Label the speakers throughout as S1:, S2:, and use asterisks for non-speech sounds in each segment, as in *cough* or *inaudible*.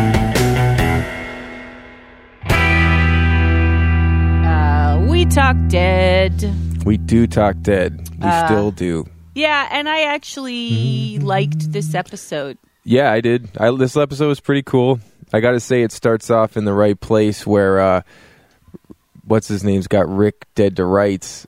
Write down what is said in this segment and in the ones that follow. S1: Uh,
S2: We talk dead.
S1: We do talk dead. We
S2: Ah.
S1: still do.
S2: Yeah, and I actually
S1: Mm-hmm.
S2: liked this episode.
S1: Yeah, I did. I, this episode was pretty cool. I got to say, it starts off in the right place where uh, what's his name's got Rick dead to rights,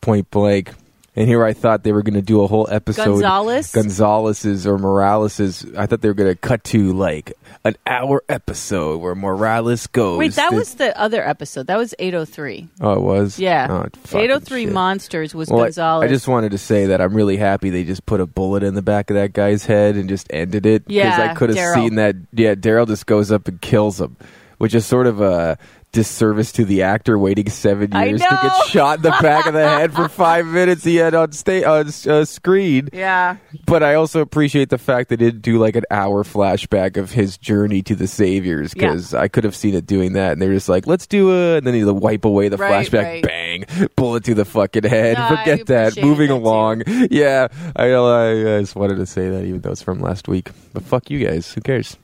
S1: point blank. And here I thought they were going to do a whole episode.
S2: Gonzalez?
S1: Gonzalez's or Morales's. I thought they were going to cut to like an hour episode where Morales goes.
S2: Wait, that
S1: to-
S2: was the other episode. That was 803.
S1: Oh, it was.
S2: Yeah.
S1: Oh, fucking
S2: 803
S1: shit.
S2: Monsters was
S1: Well, I-
S2: Gonzalez.
S1: I, just wanted to say that I'm really happy they just put a bullet in the back of that guy's head and just ended it.
S2: Yeah,
S1: I could have
S2: Daryl.
S1: seen that. Yeah, Daryl just goes up and kills him, which is sort of a disservice to the actor waiting seven
S2: I
S1: years to
S2: know.
S1: get shot in the back of the head
S2: *laughs*
S1: for five minutes he had on state on uh, screen.
S2: yeah.
S1: But I also appreciate the fact they didn't do like an hour flashback of his journey to the saviors
S2: Yeah.
S1: because I could have seen it doing that. And they're just like, let's do a, and then you wipe away the
S2: Right,
S1: flashback,
S2: right.
S1: bang, bullet to the fucking head.
S2: No, I
S1: Forget that.
S2: appreciated
S1: Moving
S2: that, too.
S1: along. Yeah, I, I, I just wanted to say that even though it's from last week. But fuck you guys. Who cares?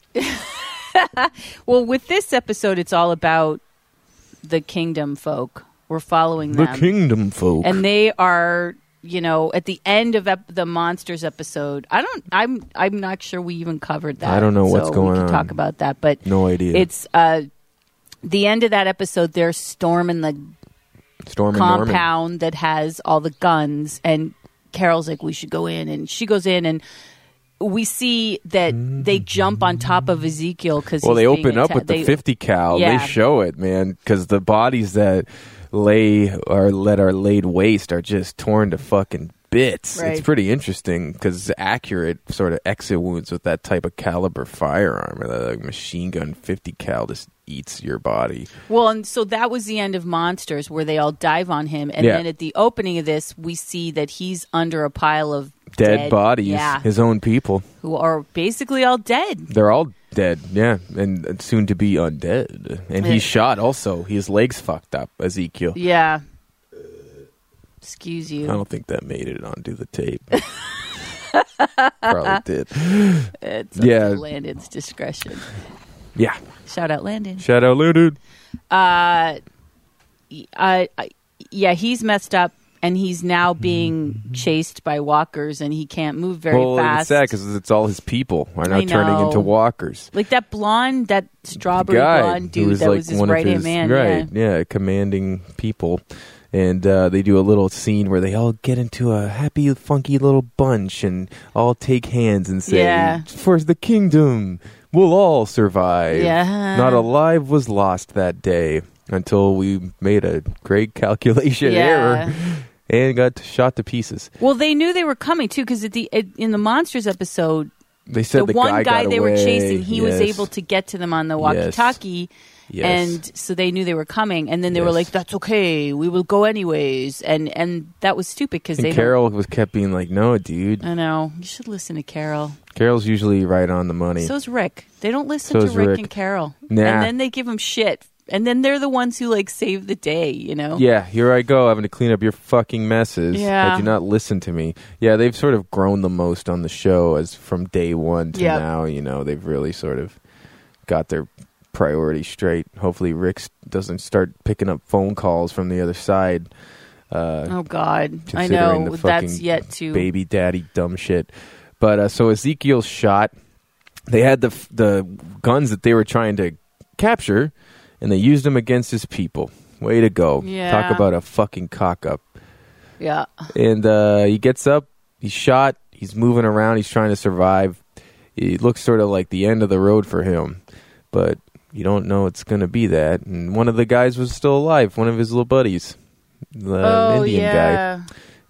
S2: Well, with this episode, it's all about the kingdom folk. We're following them.
S1: The kingdom folk.
S2: and they are you know at the end of ep- the monsters episode i don't i'm i'm not sure we even covered that
S1: I don't know what's
S2: so
S1: going
S2: we can
S1: on.
S2: talk about that but
S1: no idea.
S2: it's uh the end of that episode they're storming the
S1: Storm and Norman.
S2: compound that has all the guns and carol's like we should go in and she goes in and we see that they jump on top of ezekiel because
S1: Well, they open up with the 50 cal.
S2: Yeah.
S1: They show it, man, because the bodies that lay or let are laid waste are just torn to fucking bits.
S2: Right.
S1: It's pretty interesting because accurate sort of exit wounds with that type of caliber firearm or that like, machine gun 50 cal just eats your body.
S2: Well, and so that was the end of Monsters, where they all dive on him, and
S1: Yeah.
S2: then at the opening of this, we see that he's under a pile of
S1: Dead, bodies,
S2: yeah,
S1: his own people.
S2: who are basically all dead.
S1: They're all dead, yeah, and and soon to be undead. And
S2: Yeah.
S1: he's shot also. His legs fucked up, Ezekiel.
S2: Yeah. Excuse
S1: I
S2: you.
S1: don't think that made it onto the tape. *laughs* Probably did.
S2: It's
S1: yeah.
S2: up to Landon's
S1: *laughs*
S2: discretion.
S1: Yeah.
S2: Shout out Landon.
S1: Shout out Lou dude.
S2: Uh, y- I, I, yeah, he's messed up, and he's now
S1: Mm-hmm.
S2: being chased by walkers, and he can't move very
S1: Well, and it's
S2: fast.
S1: sad because it's all his people are now
S2: I
S1: turning
S2: know.
S1: into walkers.
S2: like that blonde, that
S1: The
S2: strawberry
S1: guy
S2: blonde
S1: who
S2: dude that was his
S1: one of
S2: right hand
S1: his-
S2: man. yeah.
S1: right? Yeah. commanding people, and uh, they do a little scene where they all get into a happy, funky little bunch and all take hands and say,
S2: Yeah.
S1: "For the kingdom, we'll all survive."
S2: Yeah.
S1: not alive was lost that day until we made a great calculation
S2: Yeah.
S1: error and got shot to pieces.
S2: Well, they knew they were coming too, because at the at, in the monsters episode,
S1: They said
S2: the,
S1: the,
S2: one guy,
S1: got
S2: they were
S1: away.
S2: chasing, he was
S1: Yes.
S2: able to get to them on the walkie-talkie,
S1: Yes.
S2: and so they knew they were coming. And then they were
S1: Yes.
S2: like, "That's okay, we will go anyways." And and that was stupid because they
S1: And
S2: don't-
S1: Carol was kept being like, "No, dude."
S2: I know you should listen to Carol.
S1: Carol's usually right on the money.
S2: So's Rick. They don't listen
S1: So
S2: to
S1: is
S2: Rick,
S1: Rick.
S2: and Carol,
S1: Nah.
S2: and then they give them shit, and then they're the ones who like save the day. You know?
S1: yeah, here I go having to clean up your fucking messes.
S2: Yeah.
S1: Had you not listen to me. Yeah, they've sort of grown the most on the show as from day one to
S2: Yep.
S1: now. You know, they've really sort of got their priority straight. Hopefully, Rick s- doesn't start picking up phone calls from the other side. Uh,
S2: Oh God, I
S1: Considering
S2: know
S1: the
S2: that's
S1: fucking
S2: yet to
S1: baby daddy dumb shit. But uh, so Ezekiel's shot. They had the f- the guns that they were trying to capture, and they used them against his people. Way to go!
S2: Yeah.
S1: Talk about a fucking cock up.
S2: yeah.
S1: And uh, he gets up. He's shot. He's moving around. He's trying to survive. It looks sort of like the end of the road for him, but you don't know it's going to be that. And one of the guys was still alive. One of his little buddies, the
S2: oh
S1: Indian guy
S2: yeah.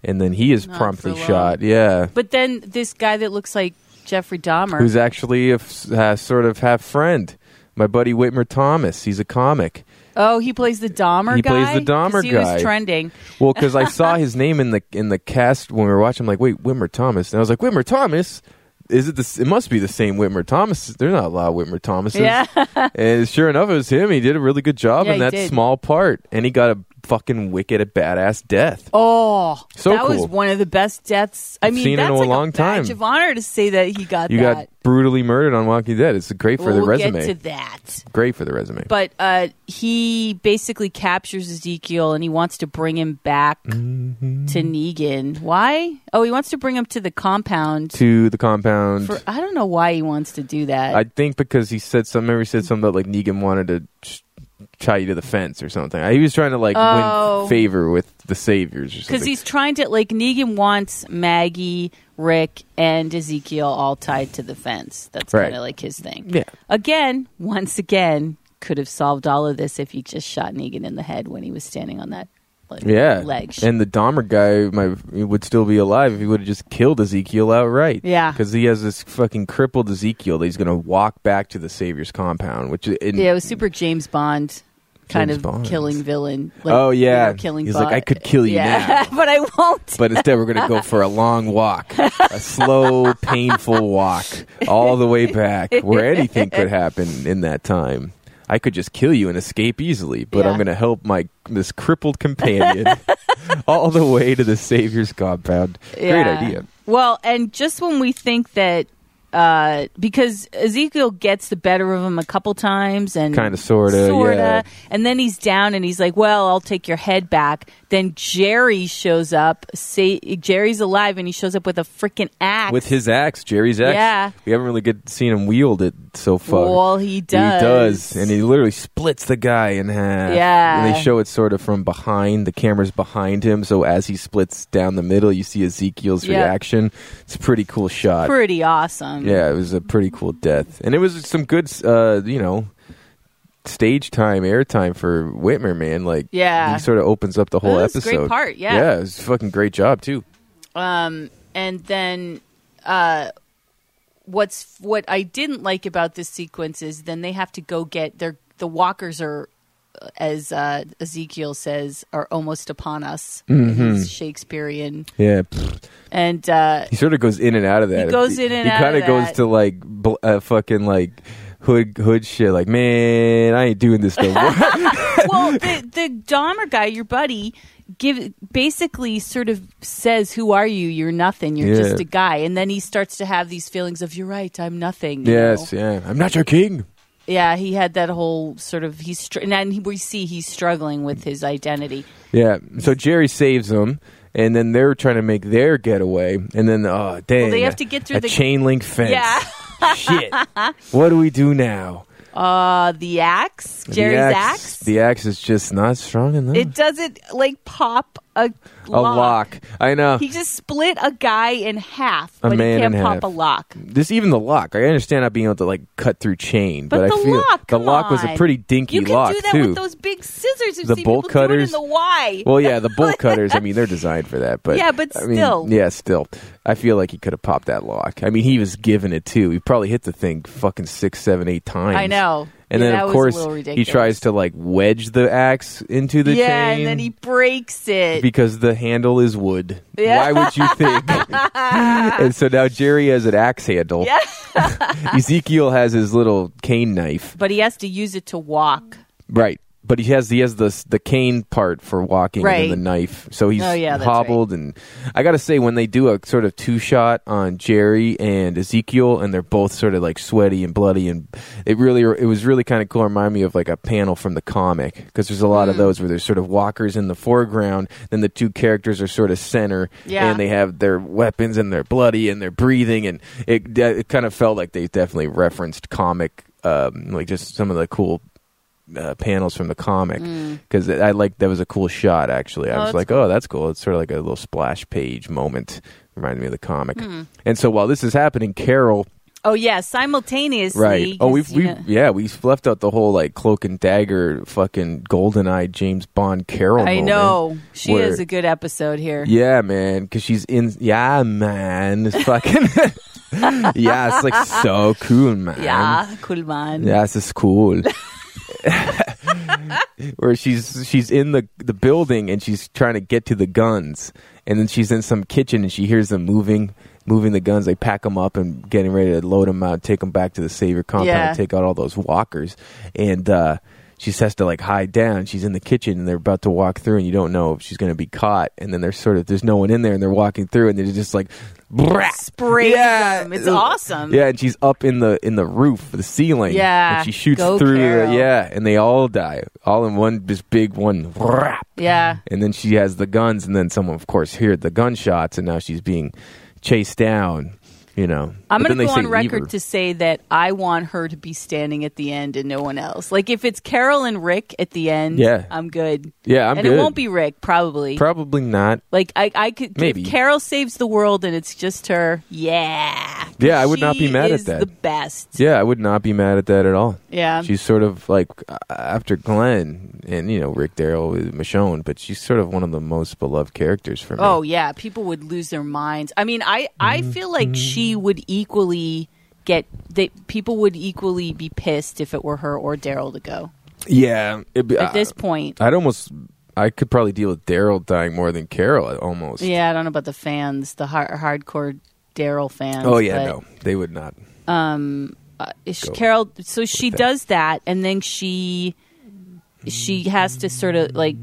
S1: and then he is
S2: Not
S1: promptly
S2: for long.
S1: shot. Yeah,
S2: But then this guy that looks like Jeffrey Dahmer.
S1: who's actually a f- uh, sort of half friend. My buddy Whitmer Thomas. He's a comic.
S2: oh, he plays the Dahmer
S1: He
S2: guy.
S1: plays the Dahmer
S2: 'Cause he
S1: guy.
S2: was trending.
S1: Well, because I saw
S2: *laughs*
S1: his name in the in the cast when we were watching. I'm like, wait, Whitmer Thomas, and I was like, Whitmer Thomas. Is it the? s- It must be the same Whitmer Thomas. There's not a lot of Whitmer Thomases. *laughs*
S2: Yeah.
S1: and sure enough, it was him. He did a really good job
S2: Yeah,
S1: in
S2: he
S1: that
S2: did.
S1: small part, and he got a fucking wicked, badass death.
S2: Oh,
S1: So
S2: that was
S1: cool.
S2: one of the best deaths. I
S1: I've
S2: mean,
S1: seen it
S2: that's
S1: in a
S2: like
S1: long
S2: a badge
S1: time.
S2: of honor to say that he got
S1: You
S2: that.
S1: got brutally murdered on Walking Dead. It's great for
S2: Well,
S1: the
S2: we'll
S1: resume.
S2: get to that.
S1: great for the resume.
S2: But uh, he basically captures Ezekiel and he wants to bring him back
S1: Mm-hmm.
S2: to Negan. Why? Oh, he wants to bring him to the compound.
S1: to the compound.
S2: For, I don't know why he wants to do that.
S1: I think because he said something. Remember, he said something about like Negan wanted to ch- tie you to the fence or something. He was trying to like
S2: Oh.
S1: win favor with the saviors or something.
S2: because he's trying to like Negan wants Maggie, Rick, and Ezekiel all tied to the fence. That's
S1: Right.
S2: kind of like his thing.
S1: Yeah.
S2: Again, once again, could have solved all of this if he just shot Negan in the head when he was standing on that like,
S1: yeah,
S2: leg.
S1: and the Dahmer guy my, would still be alive if he would have just killed Ezekiel outright.
S2: Yeah.
S1: because he has this fucking crippled Ezekiel that he's going to walk back to the Savior's compound. Which in,
S2: yeah, it was super James Bond kind
S1: James
S2: of
S1: Bond.
S2: killing villain. Like,
S1: Oh, yeah.
S2: you know, killing.
S1: He's like,
S2: Bond.
S1: "I could kill you
S2: yeah, *laughs* but I won't.
S1: *laughs* but instead we're going to go for a long walk, a slow, painful walk all the way back where anything could happen in that time. I could just kill you and escape easily, but
S2: Yeah.
S1: I'm going to help my this crippled
S2: *laughs*
S1: companion all the way to the Savior's compound. Great
S2: Yeah.
S1: idea.
S2: Well, and just when we think that, uh, because Ezekiel gets the better of him a couple times, and
S1: Kinda, sorta,
S2: sorta,
S1: yeah.
S2: and then he's down, and he's like, "Well, I'll take your head back." Then Jerry shows up. Say, Jerry's alive, and he shows up with a freaking axe.
S1: With his axe, Jerry's axe.
S2: Yeah.
S1: We haven't really get seen him wield it so far.
S2: well, he does.
S1: He does, and he literally splits the guy in half.
S2: Yeah.
S1: and they show it sort of from behind. The camera's behind him, so as he splits down the middle, you see Ezekiel's
S2: Yeah.
S1: reaction. It's a pretty cool shot.
S2: pretty awesome.
S1: yeah, it was a pretty cool death, and it was some good, uh, you know, stage time, airtime for Whitmer. Man, like,
S2: Yeah.
S1: he sort of opens up the whole
S2: That was a
S1: episode.
S2: great part, yeah.
S1: yeah, it was a fucking great job too.
S2: Um, and then uh, what's what I didn't like about this sequence is then they have to go get their the walkers are as uh, Ezekiel says are almost upon us.
S1: Mm-hmm.
S2: He's Shakespearean
S1: Yeah,
S2: and uh,
S1: He sort of goes in and out of that.
S2: He goes in and
S1: he
S2: out of
S1: kinda goes
S2: that.
S1: to like bl- uh, fucking like hood hood shit. Like man, I ain't doing this no
S2: *laughs*
S1: more. *laughs*
S2: well the the Dahmer guy your buddy give basically sort of says who are you you're nothing you're
S1: Yeah.
S2: just a guy and then he starts to have these feelings of you're right I'm nothing you know?
S1: yes, yeah. I'm not your king.
S2: Yeah, he had that whole sort of he's str- and then we see he's struggling with his identity.
S1: Yeah. So Jerry saves him, and then they're trying to make their getaway, and then oh dang,
S2: they have
S1: a-
S2: to get through
S1: a
S2: the-
S1: chain link fence.
S2: Yeah. *laughs*
S1: shit. What do we do now?
S2: Uh the axe, Jerry's
S1: the
S2: axe.
S1: The axe is just not strong enough.
S2: it doesn't like pop a lock.
S1: a lock. I know.
S2: He just split a guy in half,
S1: A
S2: but
S1: man
S2: he can't
S1: in
S2: pop
S1: half.
S2: a lock.
S1: This even the lock. I understand not being able to like cut through chain, but,
S2: But
S1: I
S2: the
S1: feel
S2: lock,
S1: the
S2: come
S1: lock was a
S2: on.
S1: pretty dinky
S2: you can
S1: lock
S2: do that
S1: too.
S2: with those big scissors. We've
S1: The
S2: seen people
S1: bowl
S2: do it
S1: cutters?
S2: in the Y.
S1: Well,
S2: *laughs*
S1: yeah, the bolt cutters. I mean, they're designed for that, but
S2: Yeah, but
S1: I mean,
S2: still.
S1: yeah, still. I feel like he could have popped that lock. I mean, he was given it too. He probably hit the thing fucking six, seven, eight times.
S2: I know.
S1: And
S2: Yeah,
S1: then
S2: that
S1: of
S2: was a
S1: course
S2: little
S1: he
S2: ridiculous.
S1: tries to like wedge the axe into the
S2: yeah,
S1: chain
S2: and then he breaks it.
S1: because the handle is wood.
S2: Yeah.
S1: Why would you
S2: *laughs*
S1: think? and so now Jerry has an axe handle.
S2: yeah.
S1: *laughs* Ezekiel has his little cane knife.
S2: But he has to use it to walk.
S1: Right. But he has he has the the cane part for walking
S2: Right.
S1: and then the knife, so he's
S2: Oh, yeah, that's
S1: hobbled. And I gotta say, when they do a sort of two shot on Jerry and Ezekiel, and they're both sort of like sweaty and bloody, and it really it was really kind of cool. It Reminded me of like a panel from the comic because there's a lot
S2: Mm.
S1: of those where there's sort of walkers in the foreground, then the two characters are sort of center,
S2: Yeah.
S1: and they have their weapons and they're bloody and they're breathing, and it it kind of felt like they definitely referenced comic. Um, like just some of the cool uh, panels from the comic because I like that was a cool shot actually. I
S2: Mm. Oh,
S1: was
S2: that's
S1: like, oh, that's cool. It's sort of like a little splash page moment. Reminded me of the comic.
S2: Hmm.
S1: And so while this is happening, Carol,
S2: Oh yeah, simultaneously.
S1: right? Oh,
S2: 'cause,
S1: we've
S2: you
S1: we
S2: know-
S1: have yeah we left out the whole like cloak and dagger fucking golden eye James Bond Carol.
S2: I
S1: moment.
S2: know she
S1: where-
S2: is a good episode here.
S1: Yeah, man, because she's in. Yeah, man,
S2: *laughs*
S1: it's fucking. *laughs* yeah, it's like so cool, man.
S2: Yeah, cool man.
S1: Yeah, this is cool. *laughs* Where she's she's in the the building and she's trying to get to the guns, and then she's in some kitchen and she hears them moving, moving the guns. They pack them up and getting ready to load them out, take them back to the savior compound,
S2: Yeah.
S1: take out all those walkers, and uh, she just has to like hide down. She's in the kitchen and they're about to walk through, and you don't know if she's going to be caught. And then there's sort of there's no one in there, and they're walking through, and they're just like, "Brah!"
S2: Sprays them. It's
S1: Ugh.
S2: awesome.
S1: Yeah, and she's up in the in the roof, the ceiling.
S2: Yeah.
S1: and she shoots
S2: Go,
S1: through.
S2: Carol.
S1: The, yeah, and they all die, all in one this big one. Brah!
S2: Yeah.
S1: and then she has the guns, and then someone, of course, heard the gunshots, and now she's being chased down. You know,
S2: I'm going
S1: But
S2: to
S1: then
S2: go
S1: they say
S2: on
S1: leave
S2: record
S1: her.
S2: to say that I want her to be standing at the end and no one else. Like if it's Carol and Rick at the end,
S1: Yeah.
S2: I'm good.
S1: yeah, I'm
S2: and
S1: good.
S2: it won't be Rick, probably.
S1: probably not.
S2: like I, I could
S1: Maybe.
S2: if Carol saves the world and it's just her. Yeah,
S1: Yeah, I would not
S2: She
S1: be mad at
S2: is
S1: that.
S2: The best.
S1: Yeah, I would not be mad at that at all.
S2: Yeah,
S1: She's sort of like uh, after Glenn and you know Rick Darrell, with Michonne, but she's sort of one of the most beloved characters for me.
S2: Oh yeah, people would lose their minds. I mean, I I
S1: Mm-hmm.
S2: feel like she would equally get that people would equally be pissed if it were her or Daryl to go.
S1: yeah. It'd be,
S2: At
S1: I-
S2: this point,
S1: I'd almost, I could probably deal with Daryl dying more than Carol uh, almost.
S2: yeah, I don't know about the fans, the har hardcore Daryl fans.
S1: Oh
S2: but,
S1: yeah, no, they would not.
S2: uh, is
S1: Go
S2: Carol. So she
S1: that.
S2: does that, and then she she has to sort of like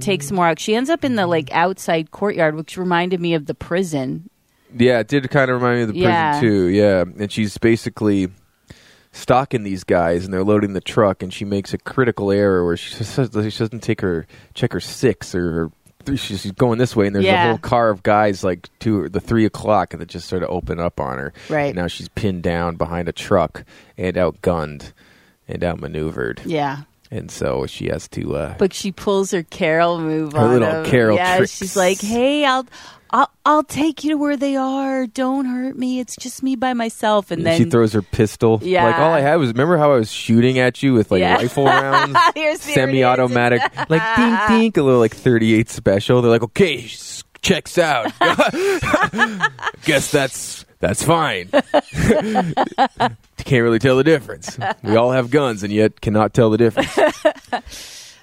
S2: take some more. out. She ends up in the like outside courtyard, which reminded me of the prison.
S1: Yeah, it did kind of remind me of the prison
S2: Yeah.
S1: too. Yeah, and she's basically stalking these guys, and they're loading the truck, and she makes a critical error where she, says, she doesn't take her check her six or her. three- She's she's going this way, and there's
S2: Yeah.
S1: a whole car of guys like two, the three o'clock, that just sort of open up on her.
S2: Right.
S1: And now she's pinned down behind a truck and outgunned and outmaneuvered,
S2: Yeah,
S1: and so she has to. Uh,
S2: but she pulls her Carol move.
S1: Her
S2: on
S1: little
S2: him.
S1: Carol
S2: Yeah,
S1: tricks.
S2: she's like, "Hey, I'll." I'll, I'll take you to where they are. Don't hurt me. It's just me by myself. And then
S1: she throws her pistol.
S2: Yeah.
S1: Like all I had was remember how I was shooting at you with like
S2: Yeah. *laughs*
S1: rifle rounds,
S2: Here's- here it is. *laughs*
S1: semi-automatic, like dink dink, a little like thirty-eight special. They're like, okay, s-
S2: *laughs*
S1: checks out. *laughs* Guess that's that's fine. *laughs* Can't really tell the difference. We all have guns and yet cannot tell the difference.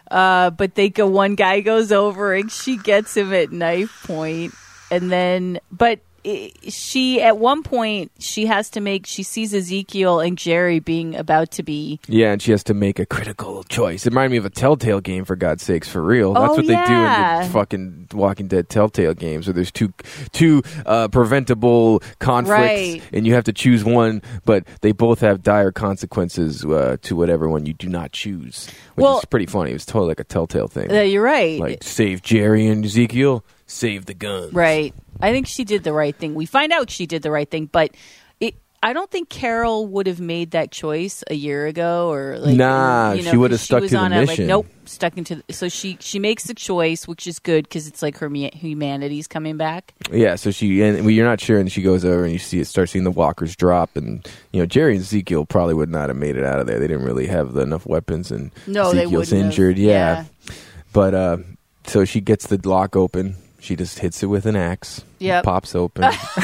S2: Uh, but they go. One guy goes over and she gets him at knife point, and then but i she at one point she has to make. She sees Ezekiel and Jerry being about to be.
S1: Yeah, and she has to make a critical choice. It reminded me of a Telltale game, for God's sakes, for real. That's
S2: Oh,
S1: what they do
S2: yeah.
S1: in the fucking Walking Dead Telltale games, where there's two two uh, preventable conflicts,
S2: Right.
S1: and you have to choose one, but they both have dire consequences uh, to whatever one you do not choose. Which
S2: Well-
S1: is pretty funny. It was totally like a Telltale thing.
S2: Uh, you're right.
S1: like save Jerry and Ezekiel, save the guns.
S2: Right. I think she did the right thing. We find out she did the right thing, but it. I don't think Carol would have made that choice a year ago, or like
S1: Nah,
S2: you know,
S1: she would
S2: 'cause
S1: have stuck
S2: was
S1: to the
S2: on A, like,
S1: mission.
S2: nope, stuck into. The, so she she makes the choice, which is good because it's like her me- humanity's coming back.
S1: Yeah, so she and well, you're not sure, and she goes over and you see it start seeing the walkers drop, and you know Jerry and Ezekiel probably would not have made it out of there. They didn't really have the, enough weapons, and
S2: No, they
S1: Ezekiel's
S2: wouldn't have.
S1: injured. Yeah.
S2: Yeah.
S1: but uh, so she gets the lock open. She just hits it with an axe.
S2: Yep. *laughs*
S1: pops open *laughs*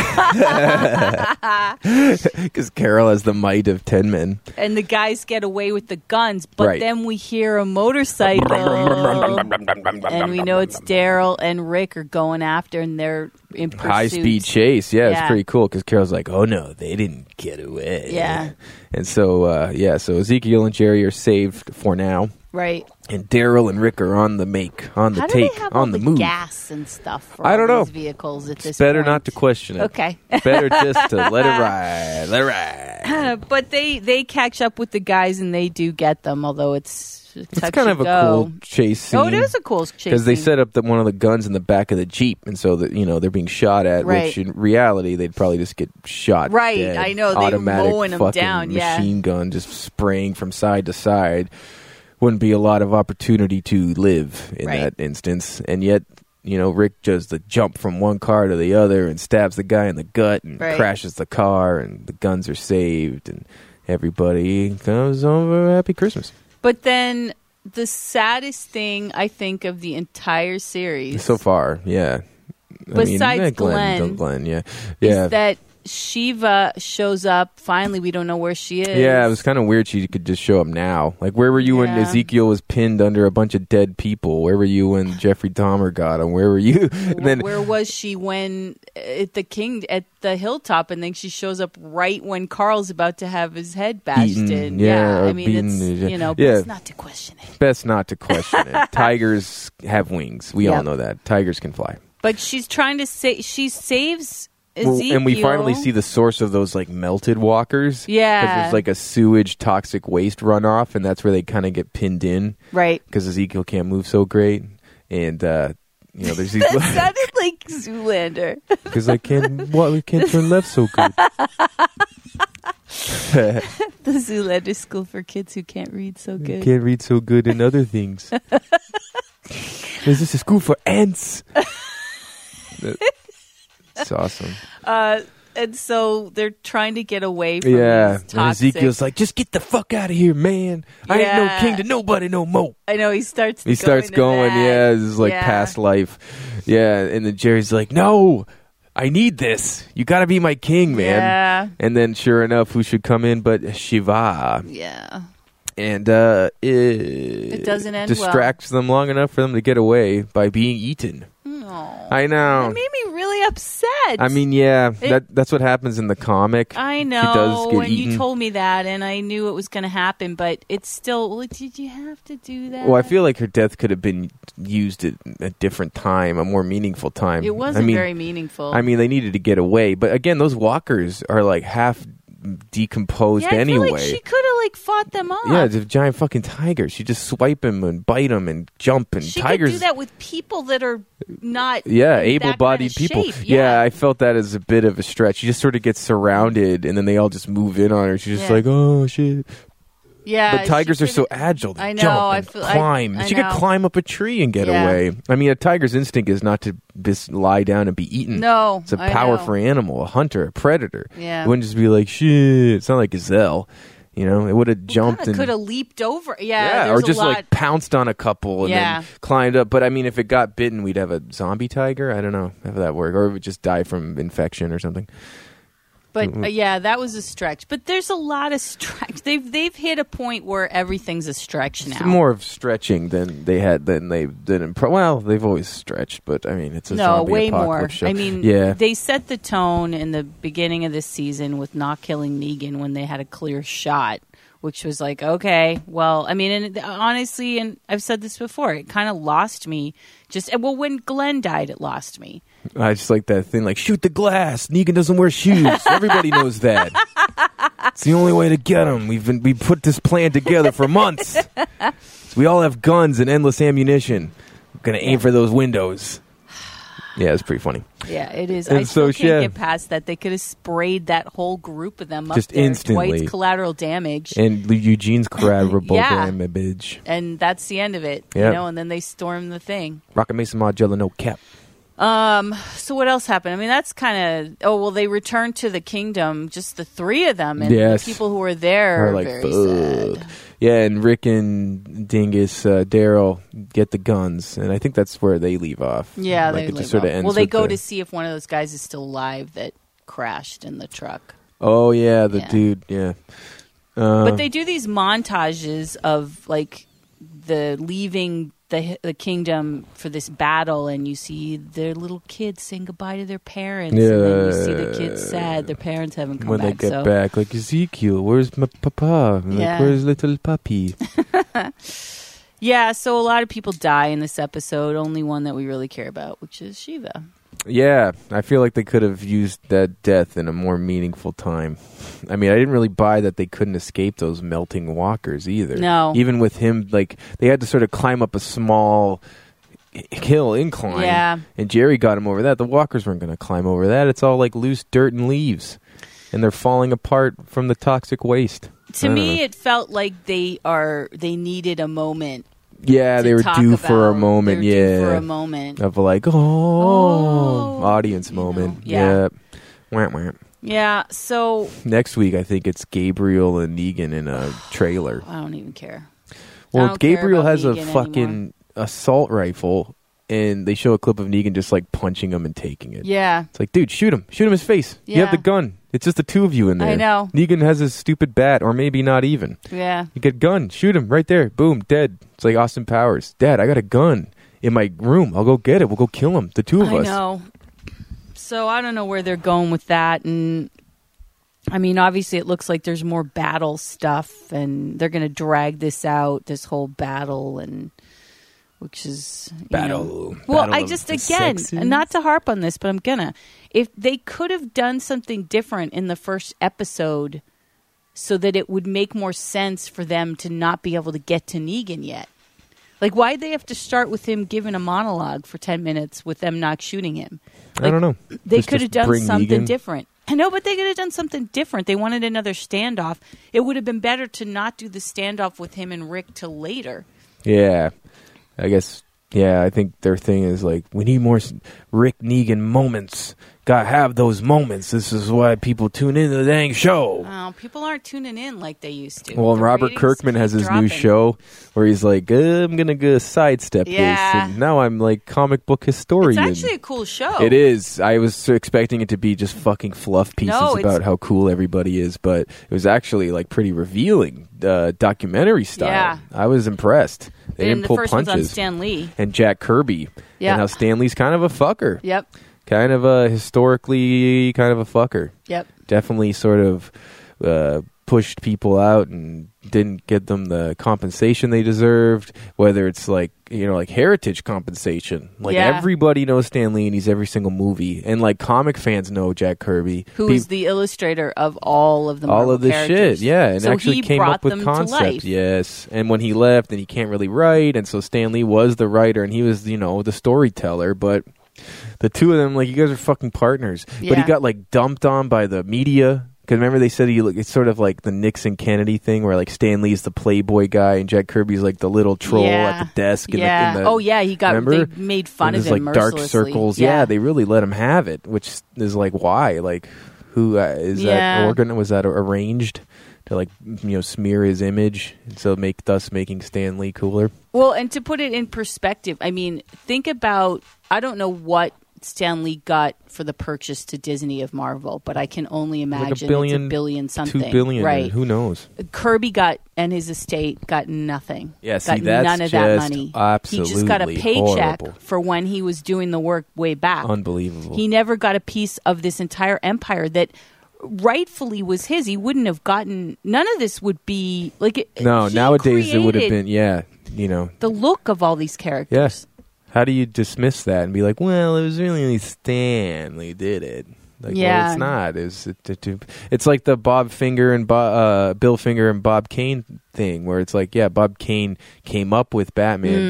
S1: because Carol has the might of ten men.
S2: and the guys get away with the guns, but
S1: Right.
S2: then we hear a motorcycle, and we know it's Daryl and Rick are going after, and they're in pursuit.
S1: High speed chase, yeah, it's
S2: Yeah.
S1: pretty cool because Carol's like, "Oh no, they didn't get away."
S2: Yeah.
S1: and so uh, yeah, so Ezekiel and Jerry are saved for now.
S2: right?
S1: and Daryl and Rick are on the make, on the
S2: How do
S1: take,
S2: they have all
S1: on the, move.
S2: gas and stuff? For
S1: I
S2: all
S1: don't know.
S2: these Vehicles at
S1: It's
S2: this
S1: better
S2: point?
S1: not to question it.
S2: Okay. *laughs*
S1: better just to let it ride. Let it ride.
S2: Uh, but they they catch up with the guys and they do get them, although it's
S1: It's kind of a cool chase scene.
S2: Oh, it is a cool chase
S1: because they
S2: scene.
S1: set up the, one of the guns in the back of the jeep, and so that you know they're being shot at.
S2: Right.
S1: Which in reality, they'd probably just get shot.
S2: Right,
S1: dead.
S2: I know, they were
S1: Automatic
S2: mowing 'em
S1: fucking
S2: down, yeah.
S1: Machine gun just spraying from side to side. Wouldn't be a lot of opportunity to live in
S2: Right.
S1: that instance, and yet. You know, Rick does the jump from one car to the other and stabs the guy in the gut and
S2: Right.
S1: crashes the car, and the guns are saved, and everybody comes home for a happy Christmas.
S2: But then the saddest thing I think of the entire series
S1: So far, yeah. I mean,
S2: Besides
S1: eh,
S2: Glenn.
S1: Glenn, Glenn, yeah, yeah.
S2: is that Shiva shows up. Finally, we don't know where she is.
S1: Yeah, it was *laughs* kind of weird she could just show up now. Like, where were you when
S2: Yeah.
S1: Ezekiel was pinned under a bunch of dead people? Where were you when Jeffrey Dahmer got him? Where were you? *laughs* And then,
S2: where was she when uh, at the king at the hilltop and then she shows up right when Carl's about to have his head bashed
S1: Eaten,
S2: in.
S1: yeah, or
S2: I mean
S1: beaten,
S2: it's
S1: yeah.
S2: you know,
S1: Yeah.
S2: but it's not to question it.
S1: best not to
S2: *laughs*
S1: question it. Tigers have wings. We all
S2: Yep.
S1: know that. Tigers can fly.
S2: But she's trying to say she saves
S1: Well,
S2: Ezekiel.
S1: and we finally see the source of those like melted walkers. 'Cause
S2: Yeah.
S1: there's like a sewage toxic waste runoff, and that's where they kind of get pinned in
S2: Right.
S1: because Ezekiel can't move so great, and uh, you know there's
S2: *laughs*
S1: these *laughs*
S2: That sounded like Zoolander. *laughs*
S1: because I can't well, I can't turn left so good.
S2: The Zoolander School for Kids Who Can't Read So Good.
S1: Can't read so good in other things. Is this a school for ants? That- It's awesome.
S2: Uh, and so they're trying to get away from
S1: Yeah.
S2: these
S1: And
S2: toxic.
S1: Ezekiel's like, just get the fuck out of here, man. I ain't no
S2: Yeah.
S1: king to nobody no more.
S2: I know he starts.
S1: He starts going, yeah, this is like
S2: Yeah.
S1: past life. Yeah. And then Jerry's like, no, I need this. You got to be my king, man.
S2: Yeah.
S1: And then sure enough, who should come in but Shiva?
S2: Yeah.
S1: and uh, it, it
S2: doesn't end well.
S1: distracts them long enough for them to get away by being eaten.
S2: No.
S1: I know.
S2: It made me really upset.
S1: I mean, yeah,
S2: It-
S1: that that's what happens in the comic.
S2: I
S1: He does
S2: know,
S1: get
S2: and
S1: eaten.
S2: you told me that, and I knew it was going to happen, but it's still. well, Did you have to do that?
S1: well, I feel like her death could have been used at a different time, a more meaningful time.
S2: it wasn't
S1: I mean,
S2: very meaningful.
S1: I mean, they needed to get away, but again, those walkers are like half decomposed
S2: yeah, I feel
S1: anyway.
S2: like she could have like fought them off.
S1: yeah, it's a giant fucking tiger. She just swipe him and bite him and jump and
S2: she
S1: tigers.
S2: could do that with people that are not.
S1: Yeah,
S2: in that kind of
S1: able-bodied people.
S2: shape,
S1: yeah.
S2: yeah.
S1: I felt that as a bit of a stretch. She just sort of gets surrounded, and then they all just move in on her. She's just
S2: Yeah.
S1: like, "Oh shit!"
S2: Yeah,
S1: But tigers
S2: she
S1: are so
S2: could've-
S1: agile. They
S2: I know,
S1: Jump
S2: I
S1: and
S2: feel- I-
S1: climb.
S2: I
S1: she could
S2: know.
S1: climb up a tree and get
S2: Yeah.
S1: away. I mean, a tiger's instinct is not to just lie down and be eaten.
S2: No,
S1: it's a
S2: I know.
S1: powerful animal, a hunter, a predator.
S2: Yeah.
S1: it wouldn't just be like shit. It's not like gazelle. You know, it would have jumped and
S2: could have leaped over. Yeah,
S1: yeah,
S2: there's
S1: or just
S2: a lot.
S1: like pounced on a couple and
S2: Yeah.
S1: then climbed up. But I mean, if it got bitten, we'd have a zombie tiger. I don't know if that worked, or it would just die from infection or something.
S2: But
S1: Mm-hmm.
S2: uh, yeah, that was a stretch. But there's a lot of stretch. They've they've hit a point where everything's a stretch now.
S1: It's more of stretching than they had than they did in. Pro- well, they've always stretched, but I mean, it's a
S2: no,
S1: zombie
S2: way more.
S1: apocalypse show.
S2: I mean,
S1: yeah,
S2: they set the tone in the beginning of this season with not killing Negan when they had a clear shot, which was like, okay, well, I mean, and uh, honestly, and I've said this before, it kind of lost me. Just well, when Glenn died, it lost me.
S1: I just like that thing, like shoot the glass. Negan doesn't wear
S2: *laughs*
S1: shoes. Everybody knows that. It's the only way to get him. We've been we put this plan together for months.
S2: *laughs*
S1: we all have guns and endless ammunition. We're gonna aim for those windows. Yeah, it's pretty funny.
S2: Yeah, it is. I
S1: And so
S2: still
S1: she
S2: can't
S1: had-
S2: get past that. They could have sprayed that whole group of them up
S1: Just
S2: there.
S1: instantly.
S2: Dwight's collateral damage.
S1: And Eugene's crab
S2: Yeah.
S1: image.
S2: and that's the end of it.
S1: Yeah.
S2: You know, and then they storm the thing.
S1: Rocket Mason Margiela, no cap.
S2: Um, so what else happened? I mean, that's kind of oh well, they returned to the kingdom, just the three of them, and
S1: Yes.
S2: the people who were there
S1: Or
S2: are
S1: like
S2: very
S1: fuck.
S2: sad.
S1: Yeah, and Rick and Dingus, uh, Daryl get the guns, and I think that's where they leave off.
S2: Yeah,
S1: like
S2: they
S1: it
S2: leave
S1: just sort of
S2: off.
S1: ends.
S2: Well, they
S1: with
S2: go
S1: the-
S2: to see if one of those guys is still alive that crashed in the truck.
S1: Oh yeah, the
S2: Yeah.
S1: dude. Yeah. Uh,
S2: but they do these montages of like the leaving the the kingdom for this battle, and you see their little kids saying goodbye to their parents. and then you see the kids
S1: Yeah.
S2: sad; their parents haven't come
S1: when
S2: back.
S1: they get
S2: so
S1: back, like Ezekiel, where's my papa? Like,
S2: Yeah.
S1: where's little
S2: *laughs*
S1: puppy?
S2: yeah, so a lot of people die in this episode. Only one that we really care about, which is Shiva.
S1: yeah, I feel like they could have used that death in a more meaningful time. I mean, I didn't really buy that they couldn't escape those melting walkers either.
S2: No.
S1: even with him, like they had to sort of climb up a small h- hill incline.
S2: Yeah.
S1: and Jerry got him over that. The walkers weren't going to climb over that. It's all like loose dirt and leaves, and they're falling apart from the toxic waste. I
S2: To
S1: don't
S2: me,
S1: know.
S2: it felt like they are they needed a moment.
S1: yeah,
S2: to
S1: they were
S2: talk
S1: due for a
S2: about.
S1: moment.
S2: They were
S1: yeah,
S2: due for a moment.
S1: of like oh,
S2: Oh,
S1: audience
S2: you know,
S1: moment.
S2: yeah.
S1: Yep. Wah, wah.
S2: Yeah, so
S1: Next week, I think it's Gabriel and Negan
S2: *sighs*
S1: in a trailer.
S2: I don't even care.
S1: Well,
S2: don't care
S1: Gabriel
S2: about
S1: has a
S2: Negan
S1: fucking
S2: anymore.
S1: assault rifle, and they show a clip of Negan just like punching him and taking it.
S2: Yeah,
S1: It's like, dude, shoot him, shoot him in his face. You have
S2: Yeah.
S1: the gun. It's just the two of you in there.
S2: I know.
S1: Negan has his stupid bat, or maybe not even.
S2: Yeah.
S1: You get gun, shoot him right there. Boom, dead. It's like Austin Powers. Dad, I got a gun in my room. I'll go get it. We'll go kill him. The two of
S2: I
S1: us.
S2: know. So I don't know where they're going with that, and I mean, obviously, it looks like there's more battle stuff, and they're going to drag this out, this whole battle, and which is you know-
S1: Battle.
S2: well,
S1: Battle
S2: I
S1: of
S2: just
S1: the
S2: again,
S1: sexes.
S2: not to harp on this, but I'm gonna. If they could have done something different in the first episode, so that it would make more sense for them to not be able to get to Negan yet. Like, why'd they have to start with him giving a monologue for 10 minutes with them not shooting him?
S1: I don't know.
S2: They
S1: Just-
S2: could have
S1: just
S2: done
S1: bring
S2: something
S1: Negan.
S2: different. I know, but they could have done something different. They wanted another standoff. It would have been better to not do the standoff with him and Rick till later.
S1: Yeah, I guess. Yeah, I think their thing is like we need more s- Rick Negan moments. Got to have those moments. This is why people tune into the dang show.
S2: Oh, people aren't tuning in like they used to.
S1: Well,
S2: The
S1: Robert
S2: ratings
S1: Kirkman has
S2: keep
S1: his new
S2: dropping.
S1: show where he's like, uh, I'm gonna go sidestep
S2: Yeah.
S1: this, and now I'm like comic book historian.
S2: It's actually a cool show.
S1: It is. I was expecting it to be just fucking fluff pieces
S2: No, it's-
S1: about how cool everybody is, but it was actually like pretty revealing, uh, documentary style.
S2: Yeah.
S1: I was impressed. They
S2: And
S1: didn't
S2: the
S1: pull
S2: first one's on
S1: punches.
S2: Stan Lee.
S1: and Jack Kirby,
S2: Yeah.
S1: and how Stanley's kind of a fucker,
S2: Yep.
S1: kind of a historically kind of a fucker.
S2: Yep.
S1: Definitely sort of uh, pushed people out and didn't get them the compensation they deserved. Whether it's like you know like heritage compensation, like
S2: Yeah.
S1: everybody knows Stanley and he's every single movie, and like comic fans know Jack Kirby,
S2: Who
S1: Pe-
S2: is the illustrator of all of the
S1: all
S2: Marvel
S1: of this
S2: characters.
S1: shit, yeah, and
S2: so
S1: actually
S2: he
S1: came
S2: brought
S1: up with
S2: them
S1: concept,
S2: to life.
S1: yes. And when he left, and he can't really write, and so Stanley was the writer, and he was you know the storyteller, but. The two of them, like you guys are fucking partners, but he
S2: Yeah.
S1: got like dumped on by the media. Because remember they said he look, it's sort of like the Nixon Kennedy thing, where like Stanley's the playboy guy and Jack Kirby's like the little troll
S2: Yeah.
S1: at the desk. in the-
S2: yeah.
S1: in the-
S2: oh yeah, he got.
S1: remember?
S2: They made fun
S1: and
S2: of
S1: his,
S2: him
S1: like dark
S2: mercilessly.
S1: circles. Yeah. they really let him have it, which is like why, like who uh, is
S2: Yeah.
S1: that organ? Was that arranged to like m- you know smear his image, and so make thus making Stan Lee cooler?
S2: well, and to put it in perspective, I mean, think about. I don't know what Stan Lee got for the purchase to Disney of Marvel, but I can only imagine it's
S1: billion-
S2: billion something,
S1: Two billion,
S2: right?
S1: Who knows?
S2: Kirby got and his estate got nothing.
S1: Yeah, see,
S2: got
S1: that's
S2: none of that
S1: just
S2: money. he just got a
S1: absolutely
S2: paycheck
S1: horrible.
S2: for when he was doing the work way back.
S1: Unbelievable.
S2: He never got a piece of this entire empire that rightfully was his. He wouldn't have gotten none of this would be like it,
S1: no,
S2: he
S1: nowadays it would have
S2: created
S1: been yeah, you know,
S2: the look of all these characters.
S1: yes. How do you dismiss that and be like, well, it was really only Stanley did it? Like, well,
S2: Yeah.
S1: it's not. It's it, it- it- it's like the Bob Finger and Bo, uh, Bill Finger and Bob Kane thing, where it's like, yeah, Bob Kane came up with Batman,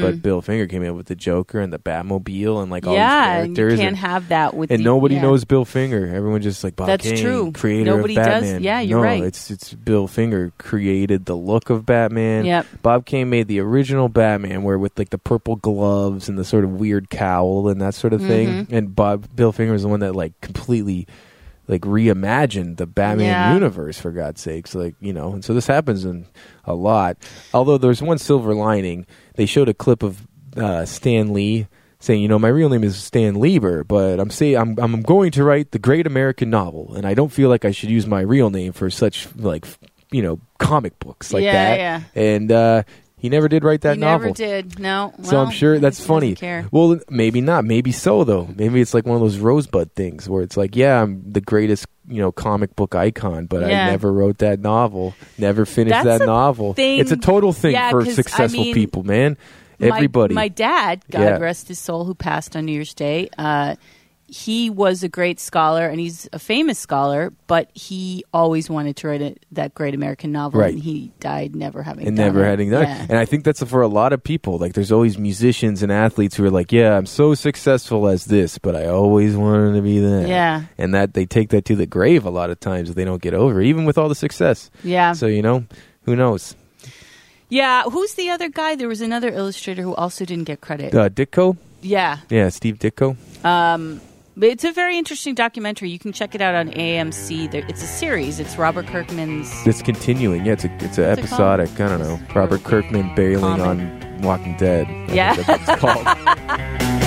S2: Mm.
S1: but Bill Finger came up with the Joker and the Batmobile and like all
S2: yeah,
S1: these
S2: and you
S1: characters.
S2: can't
S1: and,
S2: have that with
S1: and
S2: the-
S1: nobody
S2: yeah.
S1: knows Bill Finger. Everyone just like Bob
S2: That's
S1: Kane,
S2: true.
S1: creator
S2: Nobody
S1: of
S2: does.
S1: Batman.
S2: Yeah, you're
S1: no,
S2: right.
S1: It's it's Bill Finger created the look of Batman.
S2: Yep.
S1: Bob Kane made the original Batman, where with like the purple gloves and the sort of weird cowl and that sort of thing.
S2: Mm-hmm.
S1: And Bob Bill Finger was the one that like completely like reimagined the Batman
S2: Yeah.
S1: universe for God's sakes. Like you know, and so this happens in a lot. Although there's one silver lining. They showed a clip of uh, Stan Lee saying, you know, my real name is Stan Lieber, but I'm say I'm I'm going to write the great American novel, and I don't feel like I should use my real name for such like f- you know comic books like
S2: Yeah,
S1: that.
S2: yeah.
S1: And uh, he never did write that
S2: He
S1: novel.
S2: never did. No.
S1: So I'm
S2: Well,
S1: sure
S2: I
S1: that's
S2: guess he
S1: funny.
S2: doesn't care.
S1: Well, maybe not. Maybe so though. Maybe it's like one of those rosebud things where it's like, yeah, I'm the greatest, you know, comic book icon, but I
S2: Yeah.
S1: never wrote that novel, never finished
S2: That's
S1: that
S2: a
S1: novel.
S2: thing-
S1: It's a total thing
S2: Yeah,
S1: for
S2: 'cause, I
S1: successful
S2: mean,
S1: people, man.
S2: My-
S1: Everybody.
S2: My, dad, God
S1: Yeah.
S2: rest his soul, who passed on New Year's Day, uh, he was a great scholar and he's a famous scholar, but he always wanted to write a, that great American novel,
S1: Right.
S2: and he died never having
S1: and
S2: done
S1: never
S2: it.
S1: having done it.
S2: Yeah.
S1: And I think that's for a lot of people. Like, there's always musicians and athletes who are like, "Yeah, I'm so successful as this, but I always wanted to be that."
S2: Yeah.
S1: and that they take that to the grave a lot of times. If they don't get over, it, even with all the success.
S2: Yeah.
S1: So you know, who knows?
S2: yeah. Who's the other guy? There was another illustrator who also didn't get credit.
S1: Uh, Ditko,
S2: yeah.
S1: yeah, Steve Ditko.
S2: But it's a very interesting documentary. You can check it out on AMC. There, it's a series. It's Robert Kirkman's.
S1: It's continuing. Yeah, it's a, it's a
S2: What's it called?
S1: episodic. I don't know. Robert Kirkman bailing
S2: Common.
S1: on Walking Dead. I think
S2: Yeah.
S1: that's what it's called.